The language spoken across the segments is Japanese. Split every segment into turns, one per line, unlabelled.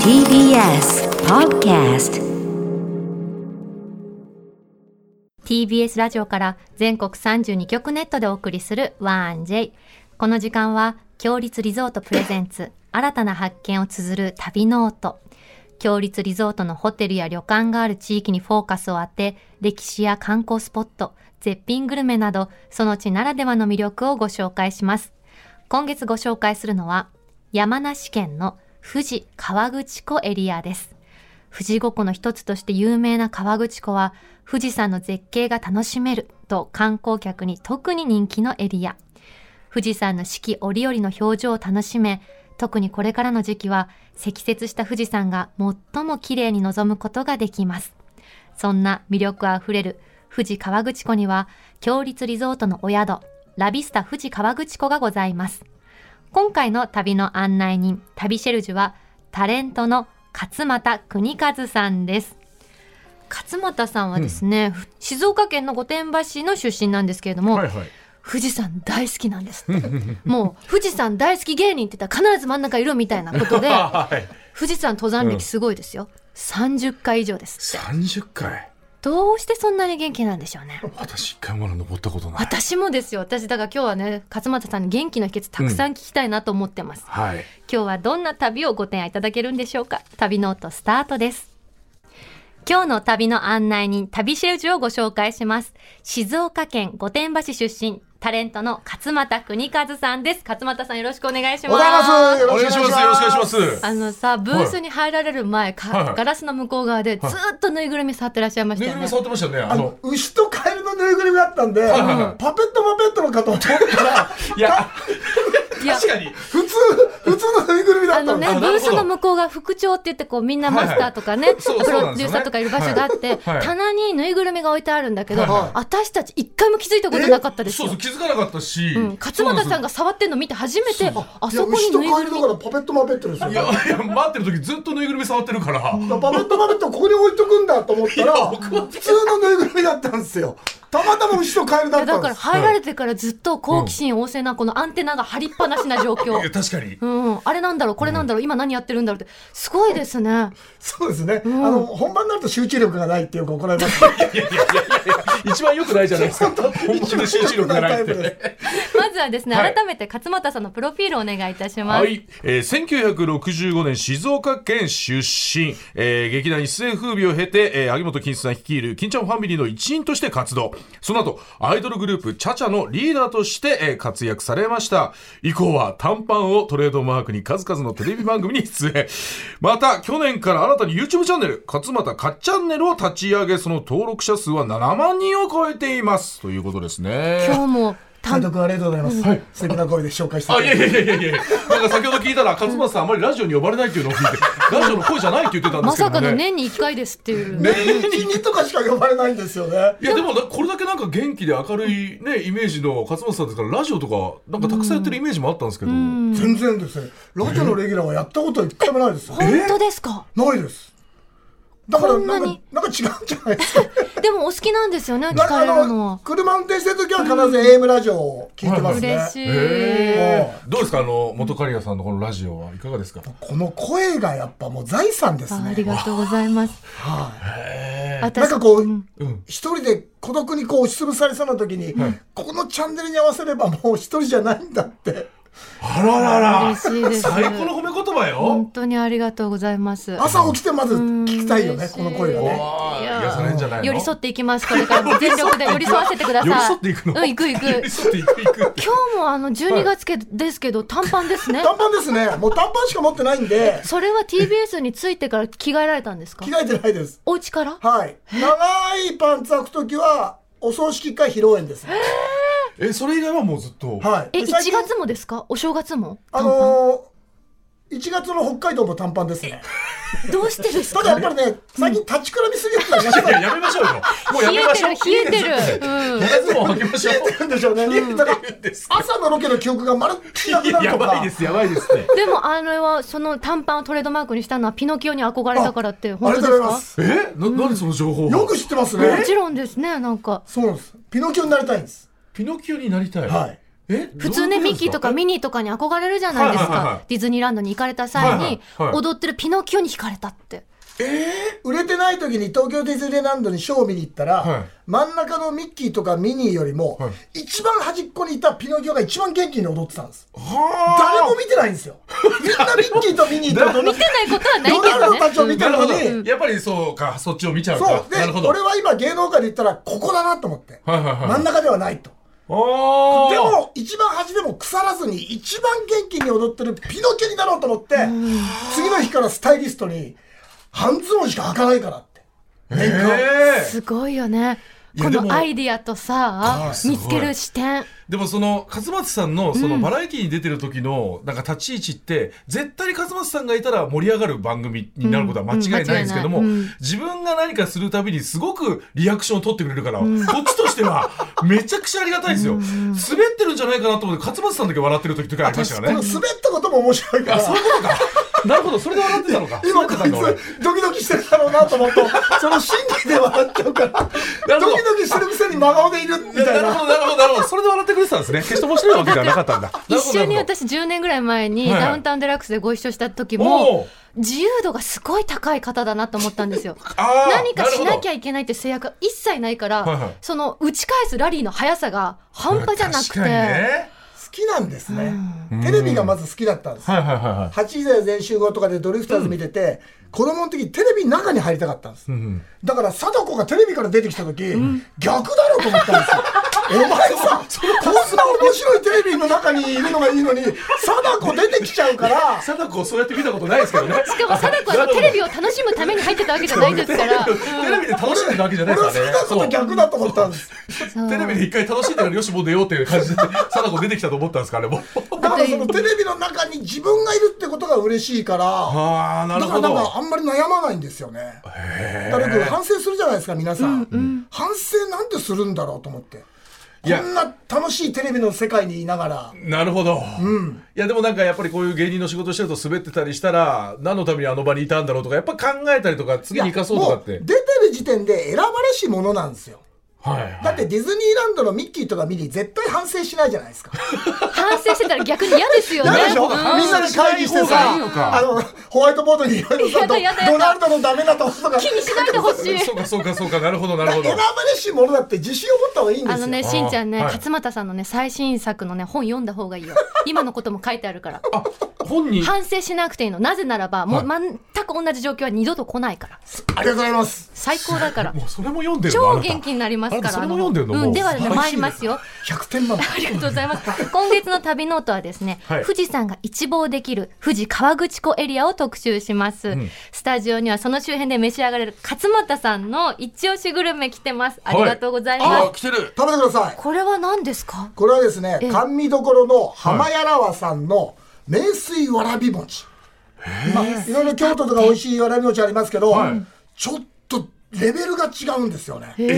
TBS Podcast
TBS ラジオから全国32局ネットでお送りする 1J この時間は強立リゾートプレゼンツ新たな発見を綴る旅ノート強立リゾートのホテルや旅館がある地域にフォーカスを当て歴史や観光スポット絶品グルメなどその地ならではの魅力をご紹介します今月ご紹介するのは山梨県の富士河口湖エリアです富士五湖の一つとして有名な河口湖は富士山の絶景が楽しめると観光客に特に人気のエリア。富士山の四季折々の表情を楽しめ、特にこれからの時期は積雪した富士山が最も綺麗に望むことができます。そんな魅力あふれる富士河口湖には、強立リゾートのお宿、ラビスタ富士河口湖がございます。今回の旅の案内人、旅シェルジュは、タレントの勝俣邦和さんです。勝俣さんはですね、ふ静岡県の御殿場市の出身なんですけれども、
はいはい。
富士山大好きなんですってもう富士山大好き芸人って言ったら必ず真ん中いるみたいなこと で
はい。
富士山登山歴すごいですよ、30回以上ですって
三十回。
どうしてそんなに元気なんでしょうね
私一回まだ登ったことない。
私もですよ私だから今日はね勝俣さんに元気の秘訣たくさん聞きたいなと思ってます、
はい。
今日はどんな旅をご提案いただけるんでしょうか旅ノートスタートです今日の旅の案内人旅シェルジュをご紹介します静岡県御殿場市出身タレントの勝俣邦和さんです勝俣さんよろしくお願いします
お願いします。よろしくお願いします。
あのさブースに入られる前、か
はいはい
ガラスの向こう側でずーっとぬいぐるみ触ってらっしゃいまし
ぬ
た
い
よ
ぐ
ね
るみ触ってましたよね。あ
あ
の
の。牛とカエルのぬいぐるみだったんで、
いはいはい
パペットパペットのかと思ったら、
いや、
いや
確かに。
普通、普通のぬいぐるみだ
あ
った
の
んで
ね
す。
ブ
なるほど
ースの向こうが副長って言ってこうみんなマスターとかね、
いそう
プ
そうな
ロ
ん
デ
です
ューサ
よね
ーとかいる場所があって、
はい
棚にぬいぐるみが置いてあるんだけど、
はいはい
私たち一回も気づいたことなかったです
そ
よ
うそう、気づかなかったし。
うん、勝俣さんが触ってんの見て初めてああ
いや
そこに
牛と
ぬい
カエ
ぐ
ル
る
だ
み
からパペットパペットです
そ
よ。
う
い
なん
や
ですよ。いや、いや、待ってる時、ずっとぬいぐるみ触ってるから。
パペットパペットここに置いとくんだと思ったら、普通のぬいぐるみだったんですよ。たまたま牛とカエル
い
だ
や
った
だ
ん
から
です。
入られてからずっと好奇心旺盛なこのアンテナが張りっぱなしな状況
いや、確かに。
うん、あれなんだろうこれなんだろう、今何やってるんだろうってすごいですね
そうですね。あの本番になると集中力がないってよく怒ら れます。
いやいやいやいや、一番良くないじゃないですか。本当に集中力がないって。
す。
まずはですね、
はい
改めて勝俣さんのプロフィールをお願いいたします、
はい、えー、1965年静岡県出身、えー劇団一世風靡を経て、えー、萩本欽一さん率いる金ちゃんファミリーの一員として活動その後アイドルグループチャチャのリーダーとして、えー活躍されました以降は短パンをトレードマークに数々のテレビ番組に出演また去年から新たに YouTube チャンネル勝俣かっチャンネルを立ち上げその登録者数は7万人を超えていますということですね
今日も担
監督ありがとうございます。素敵な声で紹介してい
あ、
た
い
だ
や
い
い
て。
やいやいやいや、なんか先ほど聞いたら、勝俣さん、あまりラジオに呼ばれないっていうのを聞いて、ラジオの声じゃないって言ってたんで
ます
け
さ
ど
かの
ね。
年に1回ですっていう、
年にとかしか呼ばれないんですよね。
いやでもなこれだけなんか元気で明るいねイメージの勝俣さんですからラジオとかなんかたくさんやってるイメージもあったんですけどい
全然ですね。ラジオのレギュラーはやったことは一回もないです。
本当ですか
ないです。だから
こん
な
なん
か
に、
なんか違うんじゃないです か。
でもお好きなんですよね聞
なん
かれ
かあ
るのは
の、車運転してる時は必ず AM ラジオを聞いてますね
嬉。しい、
どうですかあの元カリアさんのこのラジオはいかがですか
この声がやっぱもう財産です
ああ
ね
り。がとうございます。私
なんかこ
う
う、
ん
一人で孤独にこう押しつぶされそうな時に、ここのチャンネルに合わせればもう一人じゃないんだって。
あららら
嬉しいです
最高の褒め言葉
本
よ
当にありがとうございます。
朝起きてまず聞きたいよね、
うん
この声
お
がね。
ー
いや
癒されんじゃないの
寄り添っていきます。これからも全力で寄り添わせてください。
寄り添っていくの
うん、行く行く。
寄り添っていくいく
今日もあの12月けですけど短パンですね。
短パンですね。もう短パンしか持ってないんで、
それは TBS についてから着替えられたんですか
着替えてないです。
お家から
はい。長いパンツ履くときは、お葬式か披露宴です。
えそれ以外はもうずっと
はい。
え、
で
1
最近
月もですかお正月も
あ
短パン
のー、1月の北海道も短パンですね。
どうしてです
ただや
か
っぱりね、最近立ちくらみすぎるようになりまし
いややめましょうよもうや
冷
め
え
ま
て
しょう
る、冷えてる。うん
長ズボンを履きましょう
たんでしょうね。だから朝のロケの記憶がまるっきりなくなる
や
と
ばい
か
で。すやばいですって
でもあれはその短パンをトレードマークにしたのはピノキオに憧れたからって本当
ありが
で
とう
す
ござい
か
ます。
えな、何その情報
よく知ってます
も
ね。
ちろんですねなんか
そうなんです。ピノキオになりたいんです。
ピノキオになりたい。
はい。
え
普通ね、ミッキーとかミ
ニ
ニーとかに憧れるじゃないです
はいはいはいは
か
い。
ディズニーランドに行かれた際に、
はいはいはい
踊ってるピノキオに惹かれたって。
売れてない時に東京ディズニーランドにショーを見に行ったら、
はい
真ん中のミッキーとかミニーよりも、
は
一番端っこにいたピノキオが一番元気に踊ってたんです
は
誰も見てないんですよみんなミッキーとミニーと踊
見
っ
てないことはない
ドナルドた
け
ちを
どね。
見てるのに、
やっぱりそうかそっちを見ちゃう
そ
か
う
なるほ
で
ど
俺は今芸能界で言ったらここだなと思って、
はいはいはい
真ん中ではないと
おー
でも一番端でも腐らずに一番元気に踊ってるピノキオになろうと思って次の日からスタイリストに半ズボンしか履かないからって
えー
すごいよね。
い
こ
やでも
のアイディアとさ
あ、すごい
見つける視点。
でもその勝俣さんのそのバラエティに出てる時のなんか立ち位置って絶対に勝俣さんがいたら盛り上がる番組になることは間違いないんですけども、
うんうん間違いないうん
自分が何かするたびにすごくリアクションを取ってくれるから、こっちとしてはめちゃくちゃありがたいですよ、滑ってるんじゃないかなと思って勝俣さんだけ笑ってる時とかありました
こ
から
の
ね
滑ったことも面白いから
あそういうことかなるほどそれで笑ってたのか
今
滑っ
こ
てた
い
んだ俺
つドキドキしてるだろうなと思うとその心理で笑っちゃうから
なるほど
ドキドキしてるくせに真顔でいるみたい
なる
な
ほどなるほどなるほどそれで笑ってくれてたんですね決して面白いわけではなかったんだ
一緒に
なるほどなる
私10年ぐらい前に
はいはい
ダウンタウンデラックスでご一緒した時
おう
も、自由度がすごい高い方だなと思ったんですよ。
ほどあー
何かしな
るほ
き
ど
ゃいけないって制約が一切ないか
はいはい
ら、その打ち返すラリーの速さが半端じゃなく
確かに
て。
ね
好きなんですねテレビがまず好きだったんです
はいはいはいはい
8時だよ全集合とかでドリフターズ見てて、子供の時テレビの中に入りたかったんです、だから貞子がテレビから出てきた時、逆だろうと思った んですよお前さこんな面白いテレビの中にいるのがいいのに貞子出てきちゃうから
貞子をそうやって見たことないですけどね。
しかも貞子はあのテレビを楽しむために入ってたわけじゃないですから。
テレビで楽しんでるわけじ ゃない
俺
から
は好き
ね
な。こと逆だと思ったんです
そうテレビで一回楽しんでからよしもう出ようっていう感じで貞子出てきたと思ったんですかねもう。
だからそのテレビの中に自分がいるってことが嬉しいから
ああな
だ
る
か
ほ
らなん
ど
か。あんまり悩まないんですよねだからよく反省するじゃないですか皆さん、反省なんてするんだろうと思って
いや
こんな楽しいテレビの世界にいながら
なるほど、いやでもなんかやっぱりこういう芸人の仕事してると滑ってたりしたら何のためにあの場にいたんだろうとかやっぱ考えたりとか次に生かそうとかっ
いや
て
もう出てる時点で選ばれしものなんですよ
はいはい
だってディズニーランドのミッキーとかミニー絶対反省しないじゃないで すか
反省してたら逆に嫌ですよね。
嫌でしょ
うん
みんなで会議して
しない
さ
方がいいのか
あのホワイトボードにいろい ろさ
や
ド
だやだやだ
ドナルドのダメなところとか
気にしないでほしい。
そうかそうかそうかなるほどなる
選
ほど
ばれしものだって自信を持った方がいいんで
あ
す
の
よ
ね、しんちゃんね、
はい
勝俣さんのね、最新作のね、本読んだ方がい いよ。今のことも書いてあるから。
あ本人
反省しなくていいの。なぜならば、もう
は
全く同じ状況は二度と来ないから。
ありがとうございます
最高だから。
もうそれも読んでるのあ
超
なた
元気になりますから。
あなたそれも読んでるの
あ
も
う、
うん
ではね、
素晴らしい
参りますよ。
100点満点
ありがとうございます。今月の旅ノートはですね、
はい
富士山が一望できる富士河口湖エリアを特集します。スタジオにはその周辺で召し上がれる勝俣さんの一押しグルメ来てます。ありがとうございます。
あ来てる
食べてください
これは何ですか
これはですね
ええ
甘味どころの浜やらわさんの名水わらび餅、まあ、いろいろ京都とか美味しいわらび餅ありますけど、
はい
ちょっとレベルが違うんですよね
え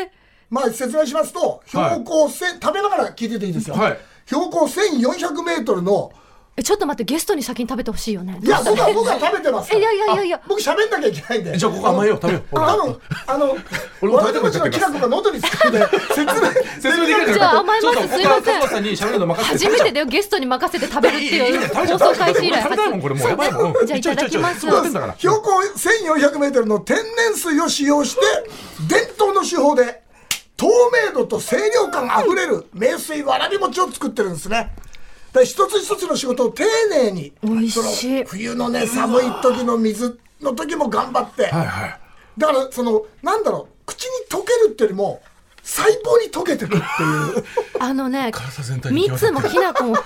え
まあ説明しますと標高1000、食べながら聞いてていいですよ、
はい
標高1400メートルの
えちょっと待って、ゲストに先に食べてほしいよね。
いや僕は僕は食べてますか
え
ら
いやいやいやいや。
僕喋んなきゃいけないんで
じゃあここ甘えよう食べよう
多分あの
俺も
わ
食べたくなっ
らび餅
ちゃっ
の
てる
きな粉が喉につくんで説明
説明できない
じゃあ甘えますすいません
勝俣さんに喋るの任せて
初めてだよ、ゲストに任せて食べるって
いいいい
い
ね
う
食べちゃ
放
う食
送
べちゃ
開
う
始以来
食べたいもんこれもうやばいもん
そうじゃあいただきます
ちょいちょいちょいちょいだから
標高1400メートルの天然水を使用して伝統の手法で透明度と清涼感あふれる名水わらび餅を作ってるんですね。で一つ一つの仕事を丁寧に
美味しい
その冬のね寒い時の水の時も頑張って、
はいはい
だからそのなんだろう口に溶けるってよりも細胞に溶けてく っていう
あのね
体全、体に行き渡
蜜
って
もきな粉もいっ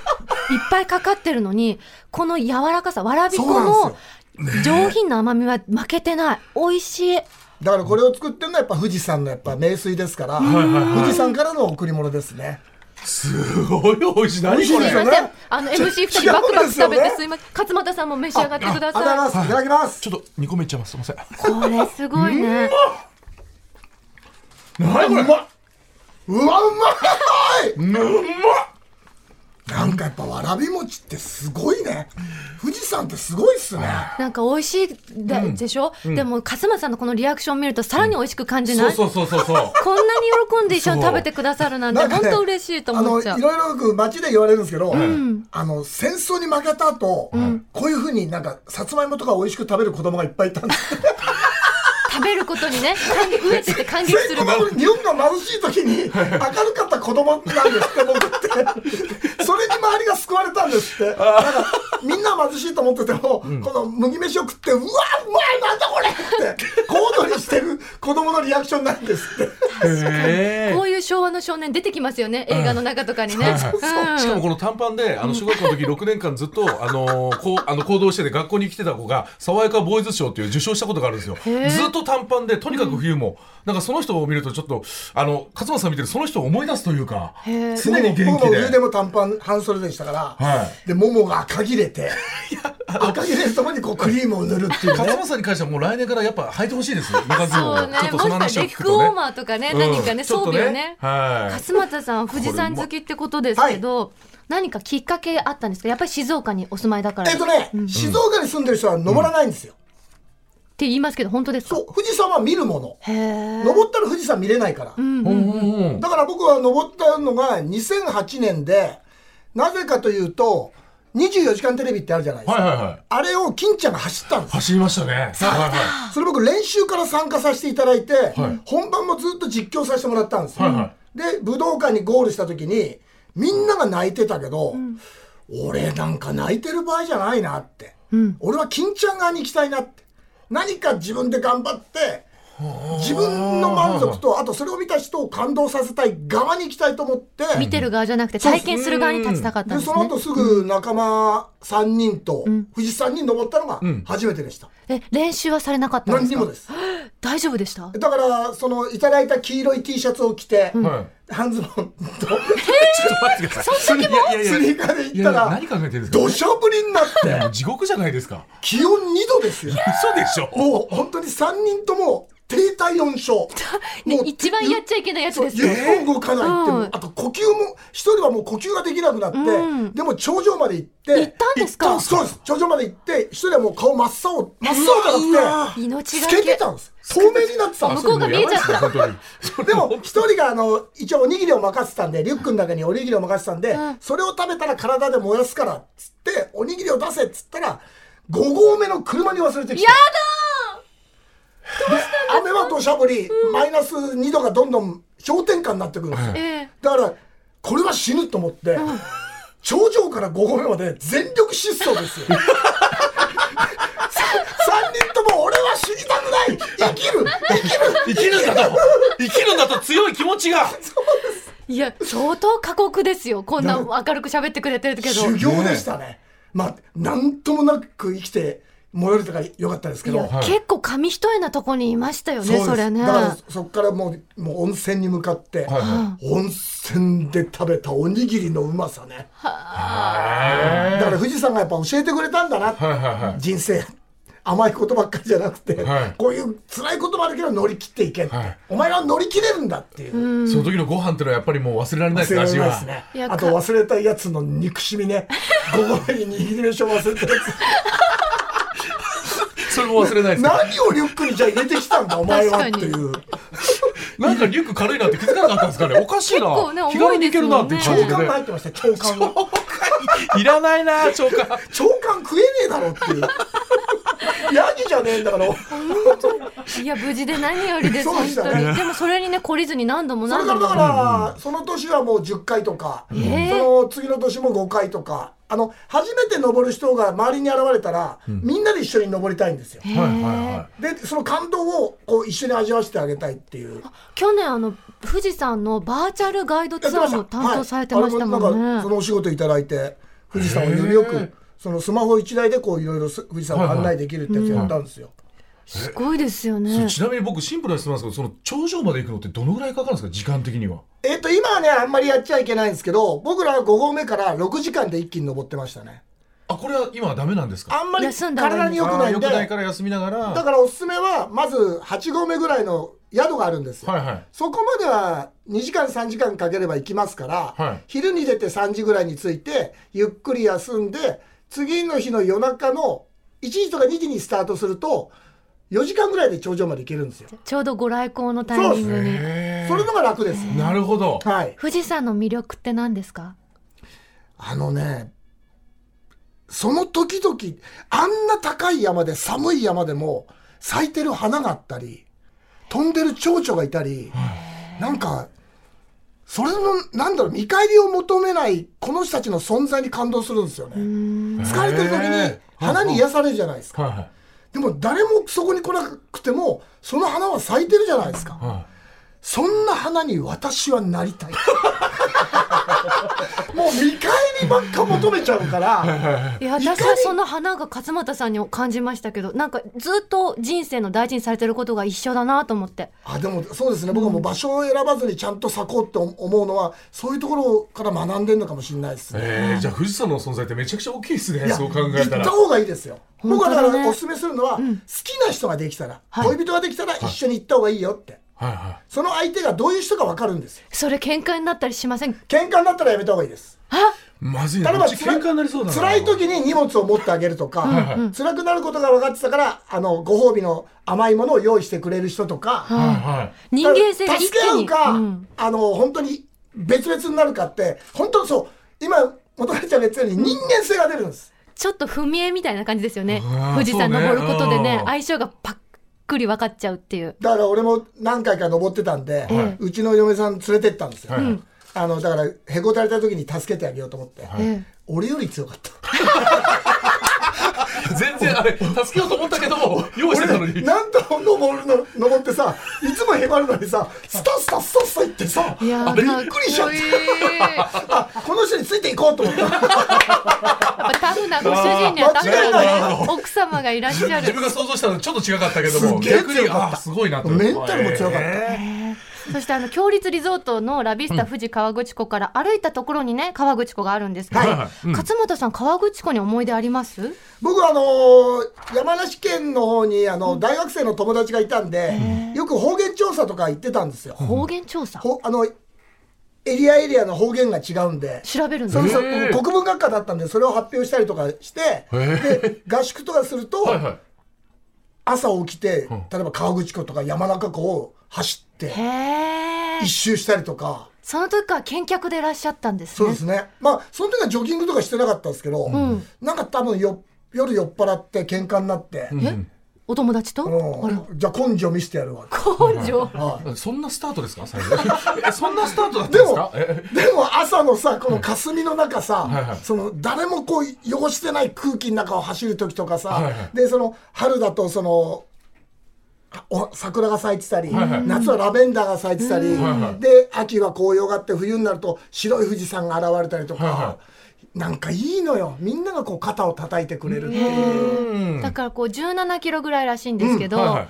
ぱいかかってるのに、この柔らかさ、わらび粉
そう
の上品な甘みは負けてない。美味しい。
だからこれを作ってるのはやっぱ富士山のやっぱ名水ですから、富士山からの贈り物ですね。
すごい美味しい何
美味しい
こ
で
れ
すい
すよ
ま
ね
せん。あの、MC2
違
人
うん
バクバク
ですよ
食
ね
べてすいません。勝俣さんも召し上がってくだ
ありがとうご
さい。
ざいます。いただきます
ち。ょっと2個目いっちゃいますすいません
これすごいね。
何これ
うまっうわうまい
うまっ
なんかやっぱわらび餅ってすごいね富士山ってすごいっすね
なんか美味しいで,、でしょ、でも勝間さんのこのリアクション見るとさらに美味しく感じない、
そうそうそうそうそう
こんなに喜んで一緒に食べてくださるなんて
なんか
本
ね
当嬉しいと思っちゃ
あ
う
のいろいろ僕街で言われるんですけど、あの戦争に負けた後、こういうふうになんかさつまいもとか美味しく食べる子供がいっぱいいたんです
食べることにね感激飢えてて感激する
全国の日本が貧しい時に明るかった子供なんですって僕 ってそれに周りが救われたんですってなんかみんな貧しいと思ってても、この麦飯を食ってうわうまいなんだこれって小躍りしてる子供のリアクションなんですって
へー
こういう昭和の少年出てきますよね映画の中とかにね、うん
しかもこの短パンで、あの、小学校の時6年間ずっと、あのー、こう、あの、行動してて学校に来てた子が、爽やかボーイズ賞っていう受賞したことがあるんですよ。
ー
ずっと短パンで、とにかく冬も、なんかその人を見るとちょっと、あの、勝間さん見てるその人を思い出すというか、
へー
常に元気で
僕も上でも短パン半袖でしたから、
は
でももが赤切れて赤切れるとこにこうクリームを塗るっていう
勝
ね
間さんに関してはもう来年からやっぱ履いてほしい ですよ。中津
そうね
ちょっと
も
そ
し
の
かしたらレ
話を聞
ッ
く
グウ
と
ォ
ね。
ーマーとかね、
うん
何かね
ちょ
装
っと
備をね
はい。
勝俣さん富士山好きってことですけど、何かきっかけあったんですかやっぱり静岡にお住まいだから
え
っ
ってとね、静岡に住んでる人は登らないんですよ、
言いますけど本当ですか
そう富士山は見るもの
へえ
登ったら富士山見れないから、
うんうんうん
だから僕は登ったのが2008年でなぜかというと「24時間テレビ」ってあるじゃないです
は
か、
いはいはい。
あれを金ちゃんが走ったんです
走りましたね。はいはいはい。
それ僕練習から参加させていただいて、
い
本番もずっと実況させてもらったんですよ、
はいは
で武道館にゴールした時にみんなが泣いてたけど、俺なんか泣いてる場合じゃないなって、俺は金ちゃん側に行きたいなって何か自分で頑張って自分の満足とあとそれを見た人を感動させたい側に行きたいと思って
見てる側じゃなくて体験する側に立ちたかったん
で
です
その
ね
後すぐ仲間3人と富士山に登ったのが初めてでした、
え練習はされなかったんで
何
す
に
か
もです
大丈夫でした
だからそのいただいた黄色い T シャツを着て、
はい。
半ズボン
ち
と
ょっと待ってください。そんなにもいやいや
ス
いや
ニーカーで
い
行
や
ったら
何考えてるんですか
土砂降りになっ
いや
て
もう地獄じゃないですか。
気温2度ですよ
嘘でしょ。
もう本当に3人とも低体温症
ね
もう
一番やっちゃいけないやつです
指
よ
も動かないっていう、
うん
あと呼吸も一人はもう呼吸ができなくなって、
うん
でも頂上まで行って
行ったんですか
行ったそうです頂上まで行って一人はもう顔真っ青真っ青じゃなくて
命が
透けて
け
たんです透明になってたんで
向
す
こうが見えちゃった
本当に。それ
でも一人があの一応おにぎりを任せてたんでリュックの中におにぎりを任せてたんで、
うん
それを食べたら体で燃やすからっつっておにぎりを出せっつったら5合目の車に忘れてきて
やだ
雨は土砂降り、マイナス2度がどんどん氷点下になってくるんですよ、
ーええ
だからこれは死ぬと思って、頂上から5合目まで全力疾走ですよ 3人とも俺は死にたくない生きる生きる
生きるんだと生きるんだと強い気持ちが
いや相当過酷ですよこんな明るく喋ってくれてるけど
修行でしたねまあなんともなく生きて戻れたからよかったですけ
い
ど、
や、結構紙一重なとこにいましたよ
そう
ね
です
それね
だからそこからもうもう温泉に向かって、
はいは
温泉で食べたおにぎりのうまさねだから富士山がやっぱ教えてくれたんだな、
はいはい
人生甘いことばっかりじゃなくて、
はい
こういう辛いこともあるけど乗り切っていけって、
はい
お前は乗り切れるんだっていう、
その時のご飯ってのはやっぱりもう忘れられないです
忘れ
ね
られ
味
ないで
は
す
い
ね
や
あと忘れたやつの憎しみね午後に握り飯を忘れたやつ
それも忘れないですね
何をリュックにじゃあ入れてきたんだお前はっ
確
て
かに
いう
なんかリュック軽いなって気づかなかったんですかねおかしいな
結構ね
気軽にいけるなっていう
長
感じで
官が
ね
入ってました長官が
いらないな長官
長官食えねえだろって いうヤギじゃねえんだから
いや無事で何よりです
そうで
本
したね
当にでもそれにね懲りずに何度も
それ
何度
から
も
だからその年はもう10回とかそ
え
の次の年も5回とかあの初めて登る人が周りに現れたらみんなで一緒に登りたいんですよ
へ
はい
ー
はいは
でその感動をこう一緒に味わわせてあげたいっていう
去年あの富士山のバーチャルガイドツアーも担当されてましたも
はいあれ
ん
な
ね
かそのお仕事いただいて富士山をよりよ
へえ
くそのスマホ一台でこういろいろ富士山を案内できるってやつやったんですよ、
すごいですよ
い
ね
ちなみに僕シンプルな質問なんですけどその頂上まで行くのってどのぐらいかかるんですか時間的には
えっと今はねあんまりやっちゃいけないんですけど僕らは5合目から6時間で一気に登ってましたね
あこれは今はダメなんですか
あんまり
休んだ方がいい
体に良くないんで
あー良くないから休みながら
だからおすすめはまず8合目ぐらいの宿があるんですよ、
はいはい
そこまでは2時間3時間かければ行きますから、
はい
昼に出て3時ぐらいに着いてゆっくり休んで次の日の夜中の1時とか2時にスタートすると4時間ぐらいで頂上まで行けるんですよ
ちょうどご来光のタイミングに。
へー
それのが楽です、
なるほど
はい
富士山の魅力って何ですか
あのねその時々あんな高い山で寒い山でも咲いてる花があったり飛んでる蝶々がいたり、なんかそれのなんだろう見返りを求めないこの人たちの存在に感動するんですよね疲れてる時に花に
や
癒されるじゃないですか
はいはい
でも誰もそこに来なくてもその花は咲いてるじゃないですか
は
そんな花に私はなりたい もう見返りばっか求めちゃうから
いや私はその花が勝俣さんに感じましたけどなんかずっと人生の大事にされてることが一緒だなと思って
あでもそうですね僕はもう場所を選ばずにちゃんと咲こうって思うのはそういうところから学んでるのかもしれないです
い
ね。
えーじゃあ富士山の存在ってめちゃくちゃ大きいです
い
ね
や
そう考えた
行っ
ら
た方がいいですよ。
本
僕
当
は
だね
だからおすすめするのは、好きな人ができたら、恋人ができたら一緒に行った方がいいよって、
はいは
その相手がどういう人か分かるんですよ。
それ喧嘩になったりしません
喧嘩になったらやめた方がいいです。
いまずいな
例えば
こっち喧嘩になりそうだな
辛い時に荷物を持ってあげるとか、辛くなることが分かってたからあのご褒美の甘いものを用意してくれる人とか、
はいはい
人間性が一
助け
気
合う
に
か、
うん
あの本当に別々になるかって本当そう今求めちゃうやつより人間性が出るんです、
ちょっと踏み絵みたいな感じですよね
うん
富士山登ることで
そうね
ね
うん
相性がパックリ分かっちゃうっていう
だから俺も何回か登ってたんで、
ええ
うちの嫁さん連れてったんですよ、
はいはい
あのだからへこたれた時に助けてあげようと思って、
い
ええ
俺より強かった
全然 あれ助けようと思ったけども用意してたのに
俺何度も登るの登ってさいつもへばるのにさスタスタスタスタ行ってさ
いやー
あびっくりしちゃって
かっこいい
あこの人についていこうと思っ た
やっぱタフなご主人にはタフ
間違いない
な奥様がいらっしゃる
自分が想像したのとちょっと違かったけども
すげえ強
逆に
かった
あーすごいなと
メンタルも強かった
え
そしてあの強立リゾートのラビスタ富士河口湖から歩いたところにね河口湖があるんですけど、
はいはいうん
勝俣さん河口湖に思い出あります
僕はあのー山梨県の方にあの大学生の友達がいたんで、よく方言調査とか行ってたんですよ。
方言調査
ほあのエリアエリアの方言が違うんで。
調べるんで
そ
す
の人
か
へー
国文学科だったんでそれを発表したりとかして
ー
で合宿とかすると
ーはいはい
朝起きて例えば河口湖とか山中湖を走って
へ
一
ー
周したりとか
その時から見客でいらっしゃったんですね
そうですねまあその時はジョギングとかしてなかったんですけど
ん
なんか多分よ夜酔っ払って喧嘩になって
え、お友達と、あら
うんじゃあ根性見せてやるわ
根性
はい
そんなスタートですか最後えそんなスタートだったんで
ですも
かえ、
でも朝のさ、この霞の中
はいはい
さ、その誰もこう汚してない空気の中を走る時とか
は
さ
いは、
で、その春だとその、お桜が咲いてたり、
はいはい
夏はラベンダーが咲いてたり
はいは、い
で、秋は紅葉があって、冬になると白い富士山が現れたりと
はいは
か、なんかいいのよ。みんながこう肩を叩いてくれるっていう。
うん
だからこう17キロぐらいらしいんですけど、
はいはい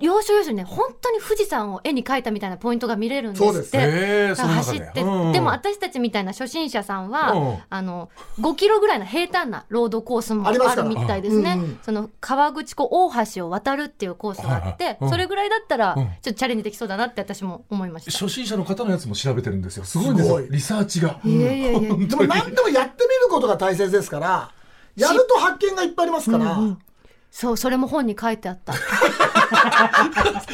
要所要所にね本当に富士山を絵に描いたみたいなポイントが見れるんですっ
そう
て
です
へー
だから走って、
その中でうん
でも私たちみたいな初心者さんは、
うん
あの5キロぐらいの平坦なロードコースも
あ
あ
りますか
る
ら
みたいですね、
うんうん
その川口湖大橋を渡るっていうコースがあって、
はいはいうん
それぐらいだったら、
うん
ちょっとチャレンジできそうだなって私も思いました。
初心者の方のやつも調べてるんですよすごいんですよ
すごい
リサーチが
いやいやいや
でも何でもやってみることが大切ですから、やると発見がいっぱいありますから、
そうそれも本に書いてあ った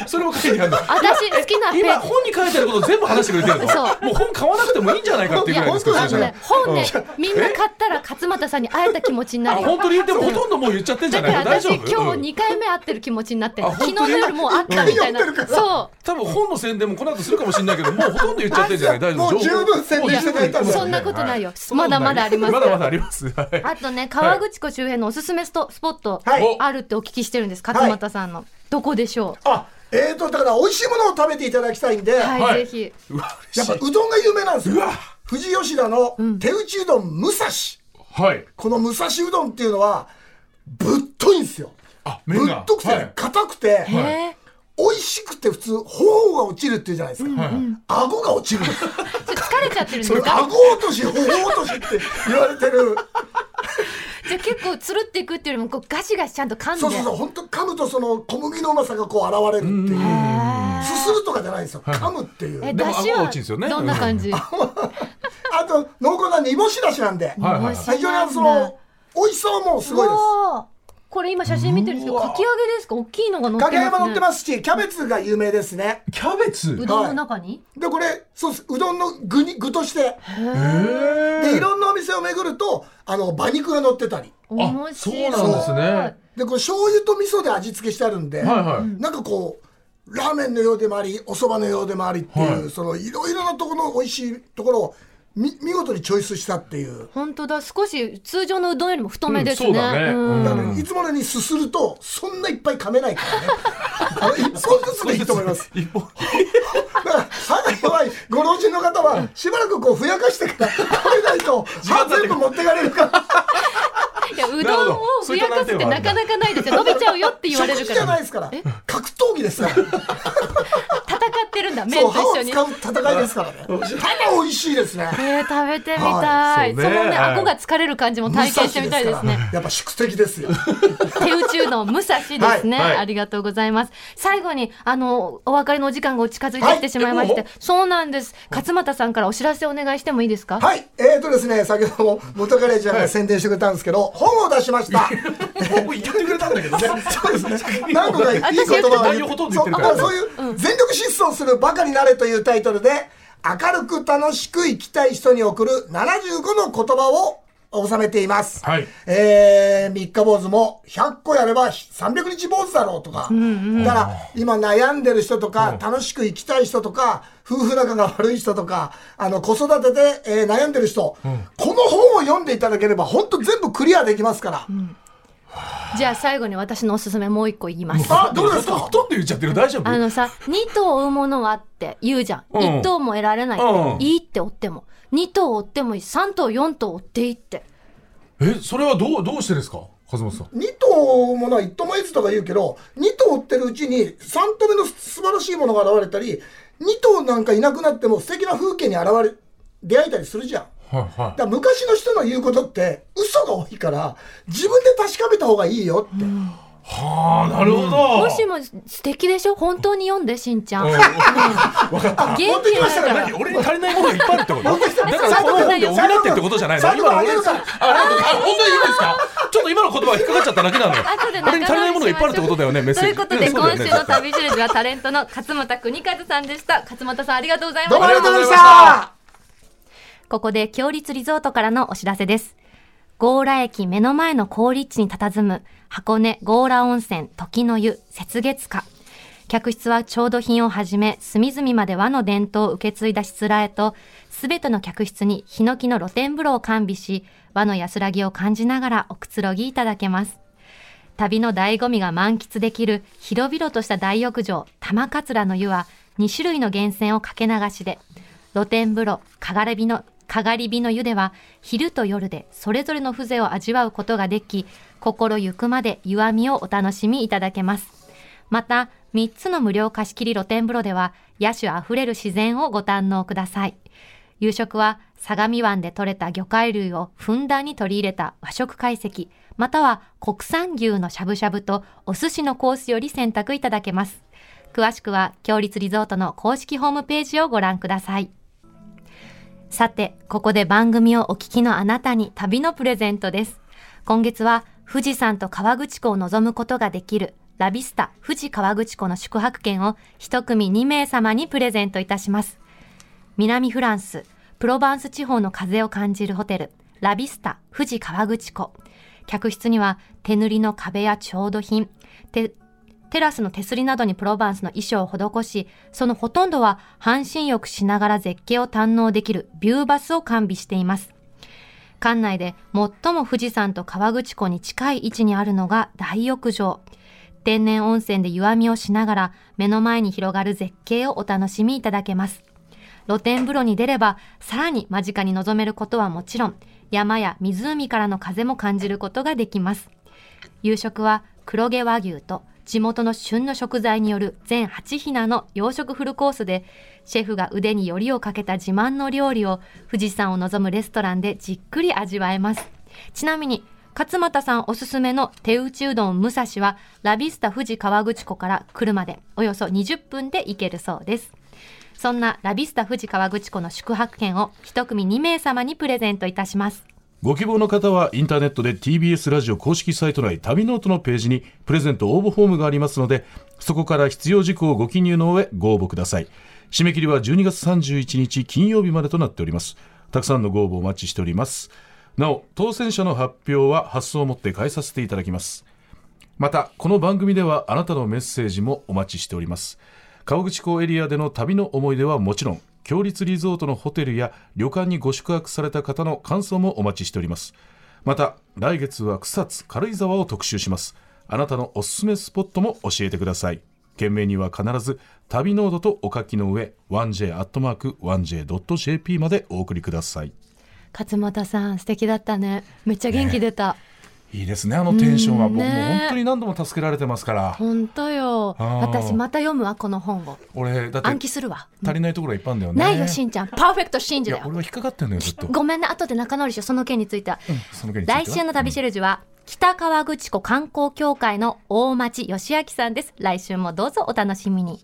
それも書いてあるの
私好きなペ
今
ージ
本に書いてあること全部話してくれてるの
そう
もう本買わなくてもいいんじゃないかっていうぐらいです
い
か
や
あ
本
の
初心
当だ
ね
者
本ねみんな買ったら勝俣さんに会えた気持ちにな
あ
る
本
よ
当にでもほとんどもう言っちゃってんじゃ
だ
な
か
い
ら
の大
私
丈
今
夫
日
うん
2回目会ってる気持ちになってる
あ
昨
本
日
当
の
に
夜もう会ったみたいな
一回読んでるから
そ
多分本の宣伝もこの後するかもしれないけど、もうほとんど言っちゃってるんじゃない大丈夫
もう十分宣伝してくれたんだ
そんなことないよ
はそんな
まだまだあります。
まだまだあります。はいう
あとね河口湖周辺のおすすめストスポット
はい
あるってお聞きしてるんです勝俣さんのどこでしょ
あ、えーと、だから美味しいものを食べていただきたいんで、
う
は
はいいぜひ
うわ、
やっぱ
嬉し
うどんが有名なんですよ
うわ。
富士吉田の手打ちうどん武蔵。
い。はい。
この武蔵うどんっていうのは、ぶっといんですよ。
あ、
ぶ
麺が。
っとく
は
て
い、
硬くて、
へ
い
え
美味しくて普通、頬が落ちるっていうじゃないです
はい
か。顎が落ち る。
ちょっと疲れちゃってるん
そ
で
れ
すか
顎落とし、頬落としって言われてる。
じゃあ結構つるっていくっていうよりもこうガシガシちゃんと噛んで
そうそうそう、本当噛むとその小麦のうまさがこう現れるっていう。すするとかじゃないんですよ。噛むっていう。
え
あ
でも
だし
顎が
は
落ちるんですよね
どんな感じ
と、濃厚な煮干しだしなんで。
はいはいはい
非常にあの、その、美味しさはもうすごいです。
わーこれ今写真見てるんですけどかき揚げですか大きいのが乗ってます
かけ
ね
山乗ってますし、キャベツが有名ですね。
キャベツ
うどんの中に、
で、これ、そうです。うどんの具に、具として。で、いろんなお店を巡ると、あの、馬肉が乗ってたり。
面
あ
白
そう
い
なんですね
で、これ醤油と味噌で味付けしてあるんで、
はいはい
なんかこう、ラーメンのようでもあり、お蕎麦のようでもありっていう、
はい
その、いろいろなところの美味しいところを、み、見事にチョイスしたっていう。
本当だ少し通常のうどんよりも太めですね、
うんそうだね
うん
だか
う
らねいつものようにすすると、そんないっぱい噛めないからね。あの一本ずつでいいと思います。
一本
だから歯が弱いご老人の方はしばらくこうふやかしてから食べないと歯全部持ってかれるから
いやうどんをふやかすってなかなかないですよ伸びちゃうよって言われ
食
るか
事じゃ
ら
な
戦
いですから格闘技ですから
ってるんだ麺
そ
と
う
一緒
歯を
に
使う戦いですからね歯が美味しいですね
えー、食べてみた、
はいい
そ
そうね
のね顎が疲れる感じも体験してみたいですね
武蔵やっぱ宿敵ですよ
手打ちうどん武蔵ですね、
はいはい
ありがとうございます最後にあのお別れのお時間が近づいてきてしまいまして、
はい
そうなんです勝俣さんからお知らせお願いしてもいいですか、
はいえーとですね先ほども元カレちゃんが宣伝してくれたんですけど本を出し ました
僕言ってくれたんだけどねそうですね
何度かいい言
私言って
葉
た
を
内容ほとんど言ってるから
そうそういう全力疾走するバカになれというタイトルで明るく楽しく生きたい人に送る75の言葉を収めています。
はい
えー、三日坊主も100個やれば300日坊主だろうとか、だから今悩んでる人とか、楽しく生きたい人とか、夫婦仲が悪い人とか、あの子育てで、えー悩んでる人、この本を読んでいただければ本当全部クリアできますから。
じゃあ最後に私のおすすめもう一個言います
あ、どうですか
ほとんど言っちゃってる大丈夫
あのさ、二頭追うものはって言うじゃん。
うん
一、頭も得られないって、
うん
いいって追っても。二頭追ってもいい。三頭四頭追っていいって。
えそれはどうどうしてですか和本さん
2頭ものは1頭もいつとか言うけど、2頭追ってるうちに3頭目の素晴らしいものが現れたり、2頭なんかいなくなっても素敵な風景に現れ、出会えたりするじゃん。
はいは
だから昔の人の言うことって嘘が多いから、自分で確かめた方がいいよって。
いはあなるほど
もしも素敵でしょ本当に読んで、しんちゃん。元気
持ってき
に
ま
な
した
るか
から
ら。
何俺に足りないものがいっぱいある ってことだ
本当に
からこの本で補ってってことじゃないの
最後
今
の
の
あげ
俺
る
の
から。
あ、ありがとうあ本当にいいですかちょっと今の言葉が引っかかっちゃっただけなのよ
後で
俺に足りないものがいっぱいあるってことだよねメッセー
とい
ジ
うことで、
んそう
今
だよね
週の旅印はタレントの勝俣邦和さんでした。勝俣さん、ありがとうございました。
どうもありがとうございま
あ
し
りがとうございました
ここで強立リゾートからのお知らせです。強羅駅目の前の高立地に佇む箱根強羅温泉時の湯雪月花。客室は調度品をはじめ隅々まで和の伝統を受け継いだしつらえと、すべての客室にヒノキの露天風呂を完備し、和の安らぎを感じながらおくつろぎいただけます。旅の醍醐味が満喫できる広々とした大浴場玉桂の湯は2種類の源泉をかけ流しで露天風呂かがれ火のかがり火の湯では昼と夜でそれぞれの風情を味わうことができ心ゆくまで湯あみをお楽しみいただけますまた3つの無料貸し切り露天風呂では野手あふれる自然をご堪能ください夕食は相模湾で採れた魚介類をふんだんに取り入れた和食懐石または国産牛のしゃぶしゃぶとお寿司のコースより選択いただけます詳しくは強立リゾートの公式ホームページをご覧くださいさて、ここで番組をお聞きのあなたに旅のプレゼントです。今月は富士山と河口湖を望むことができるラビスタ富士河口湖の宿泊券を一組2名様にプレゼントいたします。南フランス、プロバンス地方の風を感じるホテル、ラビスタ富士河口湖。客室には手塗りの壁や調度品、てテラスの手すりなどにプロバンスの衣装を施し、そのほとんどは半身浴しながら絶景を堪能できるビューバスを完備しています。館内で最も富士山と河口湖に近い位置にあるのが大浴場。天然温泉で湯あみをしながら目の前に広がる絶景をお楽しみいただけます。露天風呂に出ればさらに間近に望めることはもちろん山や湖からの風も感じることができます夕食は黒毛和牛と地元の旬の食材による全8品の洋食フルコースでシェフが腕によりをかけた自慢の料理を富士山を望むレストランでじっくり味わえますちなみに勝俣さんおすすめの手打ちうどん武蔵はラビスタ富士河口湖から車でおよそ20分で行けるそうですそんなラビスタ富士河口湖の宿泊券を一組2名様にプレゼントいたします
ご希望の方はインターネットで TBS ラジオ公式サイト内旅ノートのページにプレゼント応募フォームがありますのでそこから必要事項をご記入の上ご応募ください締め切りは12月31日金曜日までとなっておりますたくさんのご応募お待ちしておりますなお当選者の発表は発送をもって返させていただきますまたこの番組ではあなたのメッセージもお待ちしております川口港エリアでの旅の思い出はもちろん強立リゾートのホテルや旅館にご宿泊された方の感想もお待ちしておりますまた来月は草津軽井沢を特集しますあなたのおすすめスポットも教えてください件名には必ず旅ノードとお書きの上 1j.1j.jp までお送りください
勝俣さん素敵だったねめっちゃ元気出た、
いいですねあのテンションは
うん
僕もう
ね
本当に何度も助けられてますから
本当よ
あー
私また読むわこの本を
俺だって
暗記するわ
足りないところがいっぱいあるんだよね
ないよしんちゃんパーフェクトしん
い
じだ
や
よ
俺は引っかかってんのよずっと
ごめんね後で仲直りしようその件については、
その件については
来週の旅シェルジュは北川口湖観光協会の大町義明さんです来週もどうぞお楽しみに